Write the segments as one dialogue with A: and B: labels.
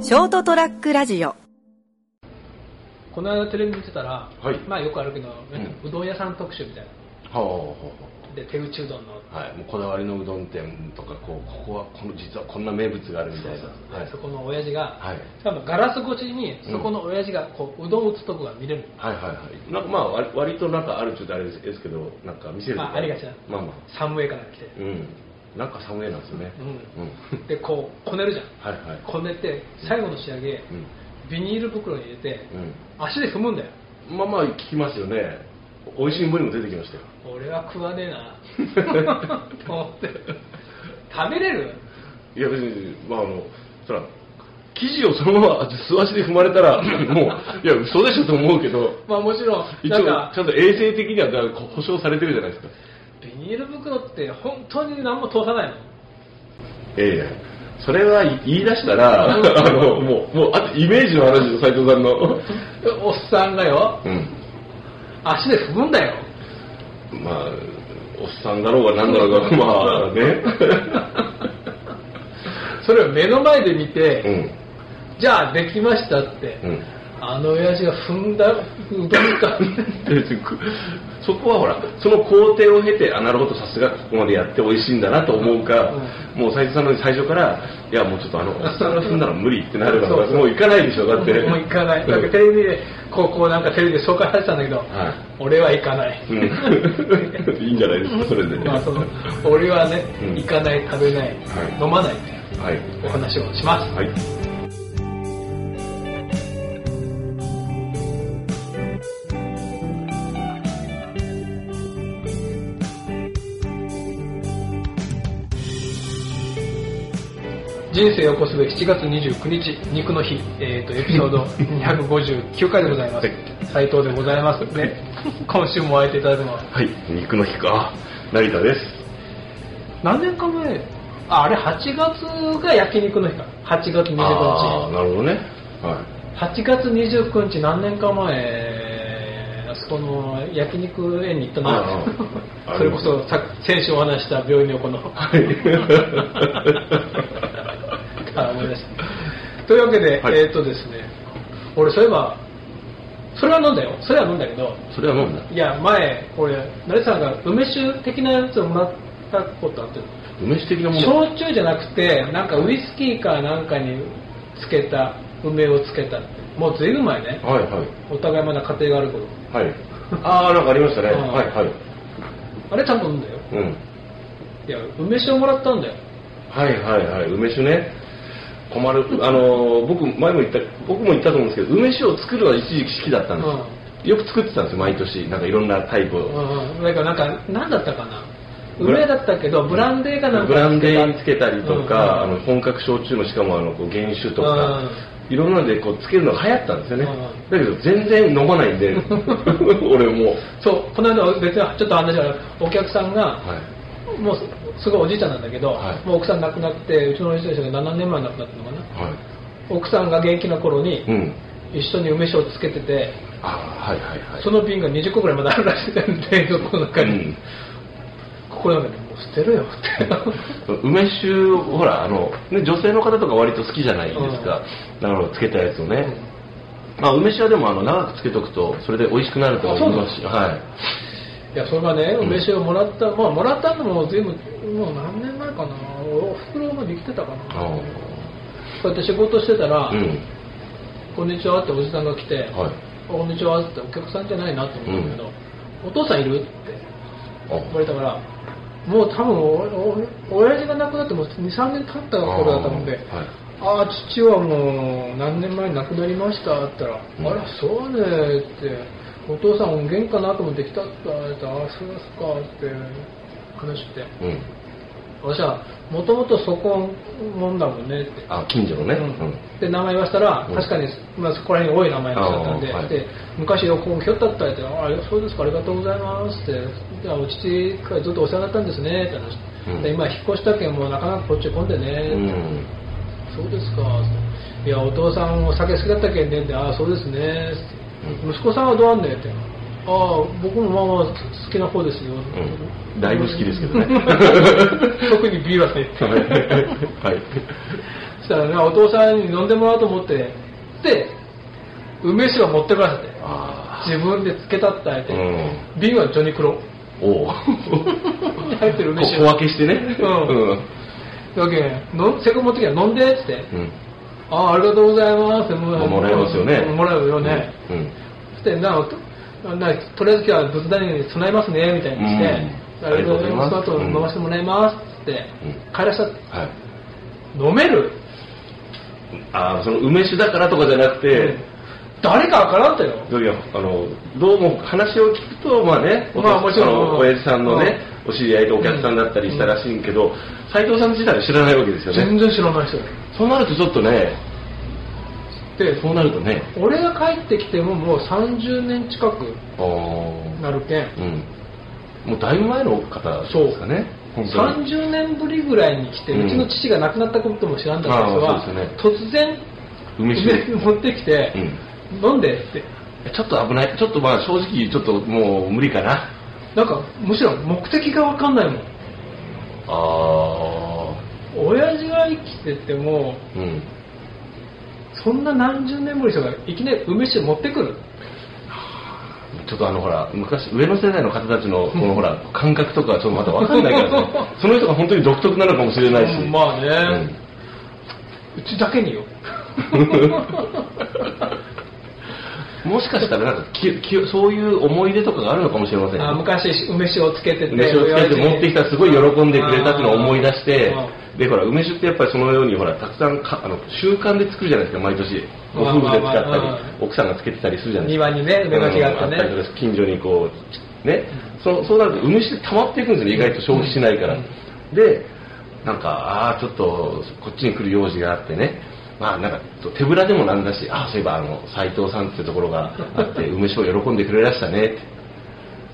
A: ショートトラックラジオ
B: この間テレビ見てたら、
C: はい
B: まあよくあるけど、
C: う
B: うどん屋さん特集みたいな
C: はあは
B: ので手打ちうどんの
C: あはあはい、もうこだわりのうどん店とかこうここはこの実はこんな名物があるみたいな
B: そうそう
C: はい
B: そこの親父が、
C: はい
B: しかもガラス越しにそこの親父がこううどんを打つとこが見れる、
C: はいはいはいなんかまあ割割となんかあるっちゅうとあれですですけどなんか見せると
B: まあありがちな
C: まあまあ
B: サムウェイから来て、
C: うんなんか寒いなんですよね
B: うん
C: うん、
B: でこうこねるじゃん
C: はいはい
B: こねて最後の仕上げ、
C: うん
B: ビニール袋に入れて、足で踏むんだよ
C: うんまあまあ聞きますよね美味しいもにも出てきましたよ
B: 俺は食わねえ なと思って食べれる
C: いや別にまああのそら生地をそのまま素足で踏まれたらもういや嘘でしょと思うけど
B: まあもちろん
C: 一
B: な
C: 応
B: ん
C: ち
B: か
C: ゃんと衛生的にはだからこう保証されてるじゃないですか
B: ビニール袋って本当に何も通さないの
C: ええそれは言い出したらあのもうもうあとイメージの話で斉藤さんの
B: おっさんがよ
C: うん
B: 足で踏むんだよ
C: まあ、おっさんだろうがなんだろうが、まあね。
B: それを目の前で見て、
C: うん。
B: じゃあできましたって、
C: うん。
B: あの親父が踏んだうどんか
C: 別にくそこはほら、その工程を経て、あ、なるほど、さすがここまでやって美味しいんだなと思うか、もう斉藤さんの最初から、いや、もうちょっとあの、おっさんが踏んだら無理ってなれば、
B: そうそう
C: もう行かないでしょ、だって。
B: もう行かないなんかテレビで高校なんかテレビで紹介されてたんだけど、
C: は
B: 俺は行かない、
C: い。うん。 いいんじゃないですか、それで、
B: まあ、その俺はね、
C: うん
B: 行かない食べない、
C: はい
B: 飲まないっていう
C: はい。
B: お話をします、
C: はい。
B: 人生を起こすべ7月29日肉の日、えー、とエピソ ード259回でございます斉藤でございますで今週もお会いいただいてます
C: はい。肉の日か。成田です。
B: 何年か前ああれ8月が焼肉の日か8月
C: ああ、
B: 29日
C: なるほどね。はい。
B: 8月29日何年か前あそこの焼肉園に行った
C: あ
B: な
C: あ
B: それこそさ先週お話しした病院の 横のから思い出したというわけで、
C: はい
B: えーっとですね俺そういえばそれは飲んだよそれは飲んだけど
C: それは飲んだ
B: いや前俺成さんが梅酒的なやつをもらったことあってる
C: 梅酒的なもの
B: 焼酎じゃなくてなんかウイスキーかなんかにつけた梅をつけたってもうずいぶん前ね
C: はいはい
B: お互いまだ家庭がある頃
C: はいああなんかありましたね
B: うん
C: はいはい
B: あれちゃんと飲んだよ
C: うん
B: いや梅酒をもらったんだよ
C: はいはいはい梅酒ね困るあのー僕前も言った僕も言ったと思うんですけど梅酒を作るのは一時期好きだったんですよ、よく作ってたんですよ毎年なんかいろんなタイプ
B: う
C: を、
B: んうんだからなんか何だったかな
C: ブラ
B: 梅だったけどブランデーかなんか
C: ブランデーにつけたりとか、
B: うんうん
C: あの本格焼酎のしかもあのこう原酒とか、
B: うん
C: いろんなのでこうつけるのが流行ったんですよね、
B: うん
C: だけど全然飲まないん で俺もう
B: そうこの間別にちょっと話があるお客さんが、
C: はい
B: もうすごいおじいちゃんなんだけど、
C: はい
B: もう奥さん亡くなってうちのおじいちゃんが7年前亡くなったのかな
C: は
B: 奥さんが元気な頃に
C: いうん
B: 一緒に梅酒をつけてて
C: あはいはいはい
B: その瓶が20個ぐらいまだあるらしいんだよね冷蔵庫の中に、
C: うん
B: ここなんかねもう捨てろよって
C: 梅酒をほらあの、ね、女性の方とか割と好きじゃないですか、なるほどつけたやつをね、まあ、梅酒はでもあの長くつけとくとそれで美味しくなるとは思いますしはい
B: いやそれがね
C: うん
B: 梅酒をもらった、まあもらったのも随分もう何年前かなお袋まで生きてたかな
C: あ
B: こうやって仕事してたら「
C: あうん
B: こんにちは」っておじさんが来て「
C: はい
B: こんにちは」ってお客さんじゃないなと思うんだけど、お父さんいる?」って言わ
C: あ
B: れたからもう多分おお親父が亡くなっても23年経った頃だったもんで
C: あーはい
B: ああ父はもう何年前に亡くなりましたって言ったら、
C: うん
B: あらそうねってお父さんお元気かなと思って来たって言われてああそうですかって話して
C: うん
B: 私はもともとそこもんだもんねって
C: あ近所のね、うん
B: で名前言わせたら、
C: うん
B: 確かに、まあ、そこら辺に多い名前だったんで,、
C: あーはい
B: で昔ここひょったったって「ああそうですかありがとうございます」って「じゃあお父からずっとお世話になったんですね」って話、
C: うん
B: で今引っ越したけんもうなかなかこっち混んでね、
C: うん
B: そうですかっていやお父さんお酒好きだったけんねってああそうですねって息子さんはどうあんねんってああ僕もまあまあ好きな方ですよ、
C: うん、だいぶ好きですけどね
B: 特にビーバスね
C: はいはい
B: そしたらねお父さんに飲んでもらおうと思ってで梅酒は持ってくださって
C: あ
B: 自分で漬けたってあえ
C: ーう
B: て、
C: ん
B: 瓶はジョニクロ
C: おお
B: に入ってる梅酒
C: 小分けしてね
B: うん
C: うん
B: だけどのせっかく持ってきたら飲んでっつって
C: うん
B: ああありがとうございますも
C: まあもらえますよね
B: もらうよね、
C: うん
B: そしてなおとなとりあえず今日は仏壇に備えますねみたいにして、
C: うん
B: ありがとうございます
C: ありがとうござ
B: あと
C: います
B: 飲ませてもらいますって、
C: うん
B: 帰らしたって
C: はい
B: 飲める
C: ああその梅酒だからとかじゃなくて、
B: 誰かわからんとよ
C: いやあのどうも話を聞くとまあね、お父
B: まあもちろん
C: あの
B: うん
C: 親父さんのね、お知り合いでお客さんだったりしたらしいんけど、斉藤さん自体は知らないわけですよ
B: 全
C: ね。
B: 然知らない人よ
C: そうなるとちょっとね、
B: で
C: そうなるとね、
B: 俺が帰ってきてももう30年近く
C: あー
B: なるけん
C: うん、もうだいぶ前の方ですかね。本当に
B: 30年ぶりぐらいに来て、
C: う
B: うんちの父が亡くなったことも知らんだった人
C: ああそうで
B: は、突然
C: 梅酒
B: 梅持ってきて、
C: うん
B: 飲んでって
C: ちょっと危ない、ちょっとまあ正直ちょっともう無理かな。
B: なんかむしろ目的が分かんないもん
C: あ
B: 親父が生きてても
C: ーうん。
B: そんな何十年ぶりの人がいきなり梅酒持ってくる
C: ちょっとあのほら昔上の世代の方たちのこのほら感覚とかはちょっとまだ分かんないから ねその人が本当に独特なのかもしれないし、
B: うんまあね、
C: う
B: うちだけによ
C: ん もしかしたらなんかききそういう思い出とかがあるのかもしれません
B: あ
C: よ
B: 昔梅酒をつけてて
C: 梅酒をつけて持ってきたらすごい喜んでくれたっていうのを思い出して
B: あ
C: でほら梅酒ってやっぱりそのようにほらたくさんかあの習慣で作るじゃないですか毎年ご夫婦で使
B: まあ
C: った
B: まあまあ
C: り奥さんがつけてたりするじゃないですか
B: 庭にね梅がきがあってね、
C: うんったりとか近所にこうね、そうそうなると梅酒って溜まっていくんですよね意外と消費しないから、
B: うん
C: でなんかああちょっとこっちに来る用事があってねまあなんか手ぶらでもなんだしああそういえばあの斎藤さんっていうところがあって梅酒を喜んでくれましたねって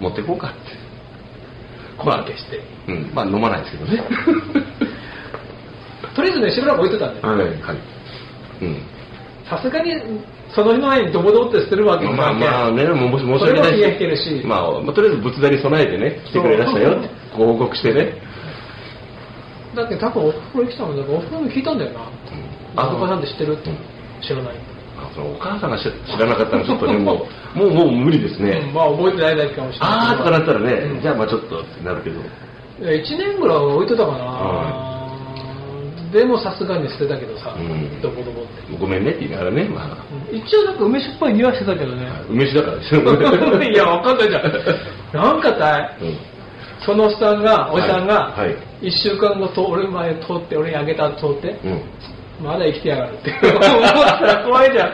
C: 持ってこうかって
B: 小分けして、
C: うんまあ飲まないですけどね
B: とりあえずねしばらく置いてたんだよ
C: はい はいうん
B: さすがにその日の前にドボドボって捨てるわけにもい
C: まあ
B: かんけん
C: まあね、もう申し
B: それ
C: 訳
B: も
C: ない
B: 気が引けるし
C: まあ、まあとりあえず仏壇に備えてね、来てくれましたよって、ご報告してね。
B: だって多分おふくろ来たもんだからおふくろに聞いたんだよなあそこさんって知ってるって
C: うん
B: 知らない、
C: あそのお母さんが知知らなかったらちょっとね、もう、 もう、もう無理です
B: うん
C: ね。
B: まあ覚えてないだけかもしれない
C: あーとかなったらね、
B: うん
C: じゃあまあちょっとってなるけど。
B: 1年ぐらいは置いてたかな、
C: は
B: でもさすがに捨てたけどさ、
C: うん
B: ドボドボって
C: ごめんねって言いながらね、ま
B: うん一応なんか梅酒っぽい匂いしてたけどね
C: あ、梅酒だからです よ
B: いやわかんないじゃんなんかたい
C: うん
B: そのおっさんがおじさんが
C: はいはい
B: 1週間後と俺前通って俺にあげた通って
C: うん。
B: まだ生きてやがるって思ったら怖いじゃん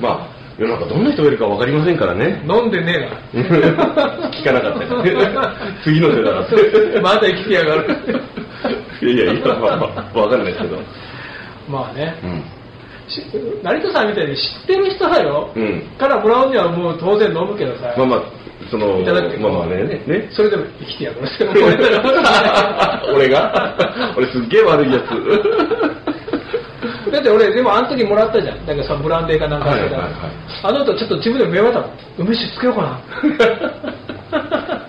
C: まあ、世の中どんな人がいるかわかりませんからね。
B: 飲んでねえ
C: 聞かなかったり 次の手だなって。
B: なまだ生きてやがる
C: いやいや、まあまあ、わかんないですけど。
B: まあね
C: うん。
B: し成田さんみたいに知ってる人だよ、
C: うん。
B: からもらうにはもう当然飲むけどさ、
C: まあまあ、その、
B: いただくけど
C: まあまあね、ね。
B: それでも生きてや るだ
C: 俺が 俺すっげえ悪いやつ。
B: って俺でもあの時もらったじゃんなんかさブランデーかなんかあったから、
C: はいはいはい
B: あの後ちょっと自分でも迷ったもん梅酒つけようか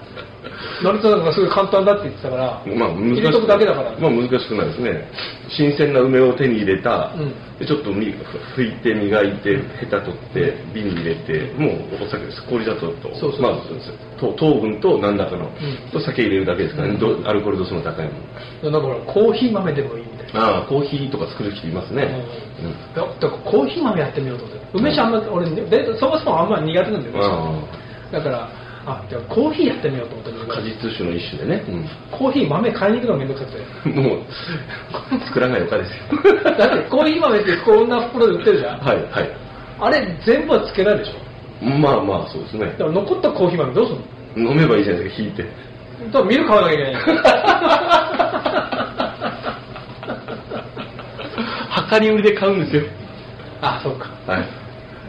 B: な成田さんがすごい簡単だって言ってたから、
C: まあ難
B: 入
C: し
B: れとくだけだから、
C: まあ難しくないですね。新鮮な梅を手に入れた、
B: うん
C: でちょっとみ拭いて磨いて、ヘタ取って、瓶に入れて、もうお酒です。氷砂糖と、
B: そうそう
C: まあと糖分と何らかの、
B: ん
C: と酒入れるだけですからね、どアルコール度数の高いもの。
B: なんかほらコーヒー豆でもいいみたいな
C: ああ、コーヒーとか作る人いますね。
B: うん
C: うん
B: だだからコーヒー豆やってみようと思って梅酒あんま俺ねでそもそもあんま苦手なんだよ梅酒だから、あ、じゃあコーヒーやってみようと思ったんだ
C: 果
B: け
C: 実酒の一種でね、
B: ど、コーヒー豆買いに行くのめんどくさくて。
C: もう作らないおかですよ
B: だってコーヒー豆ってこんな袋で売ってるじゃん。
C: はいはい
B: あれ全部はつけないでしょ。
C: まあまあそうですね
B: だから残ったコーヒー豆どうすんの
C: 飲めばいいじゃないですか引いて
B: だから見る買わなきゃいけ ない。
C: 量り売りで買うんですよ
B: あ、そうか。
C: はい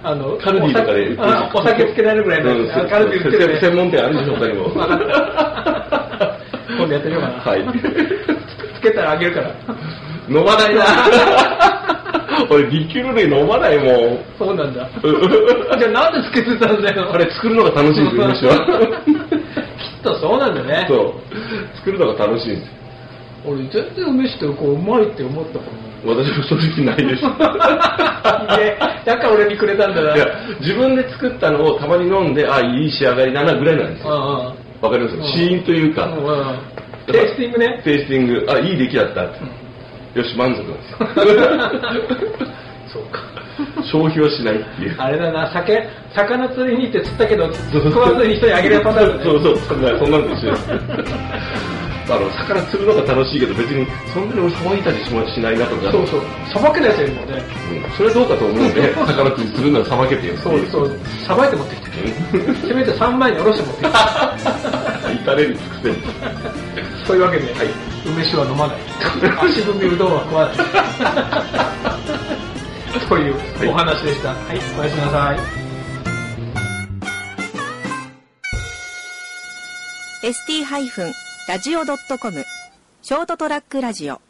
B: あの、
C: カルディとかで売ってる
B: あお酒つけられるぐらいのやつ。
C: う
B: あ
C: ん
B: カルディ売ってるよ
C: 専
B: ね。
C: 門店あるでしょ他にも
B: わか った今度やってみようかな。
C: はい
B: つけたらあげるから。
C: 飲まないな 俺リキュール類飲まないもん。
B: そう なんだ。じゃあなんでつけてたんだよ。
C: あれ作るのが楽しいんですよ、むしろ。
B: き っとそうなんだね。
C: そう。作るのが楽しいんです。
B: 俺全然梅酒ってこううまいって思ったもんね。
C: 私も正直ないです。
B: ねだから俺にくれたんだな。
C: いや、自分で作ったのをたまに飲んで、あ、いい仕上がりだなぐらいなんです
B: う
C: よ。
B: んうん。
C: わかります
B: うん
C: 死因というか、
B: うんうんテイスティングね。
C: テイスティング、あ、いい出来だった。よし、満足 なんですよ。
B: そうか。
C: 消費はしないっていう。
B: あれだな、酒、魚釣りに行って釣ったけど、食わずに人にあげるパターンだね。
C: そうそう、そんなそんなのと一緒です。あの、魚釣るのが楽しいけど、別にそんなに俺さばいたりしもしないなとか。
B: そうそう。さばけない人いるもんね。
C: うんそれはどうかと思う ので、魚釣りするならさばけてよってい。
B: そうそう。さばいて持ってきて。せめて3枚におろして持ってき て。
C: うん。至れり尽くせり。
B: というわけで、梅酒は飲 まない足踏みうどんは食わ ないというお話でした、はいおやすみなさい
A: ST-radio.com ショートトラックラジオ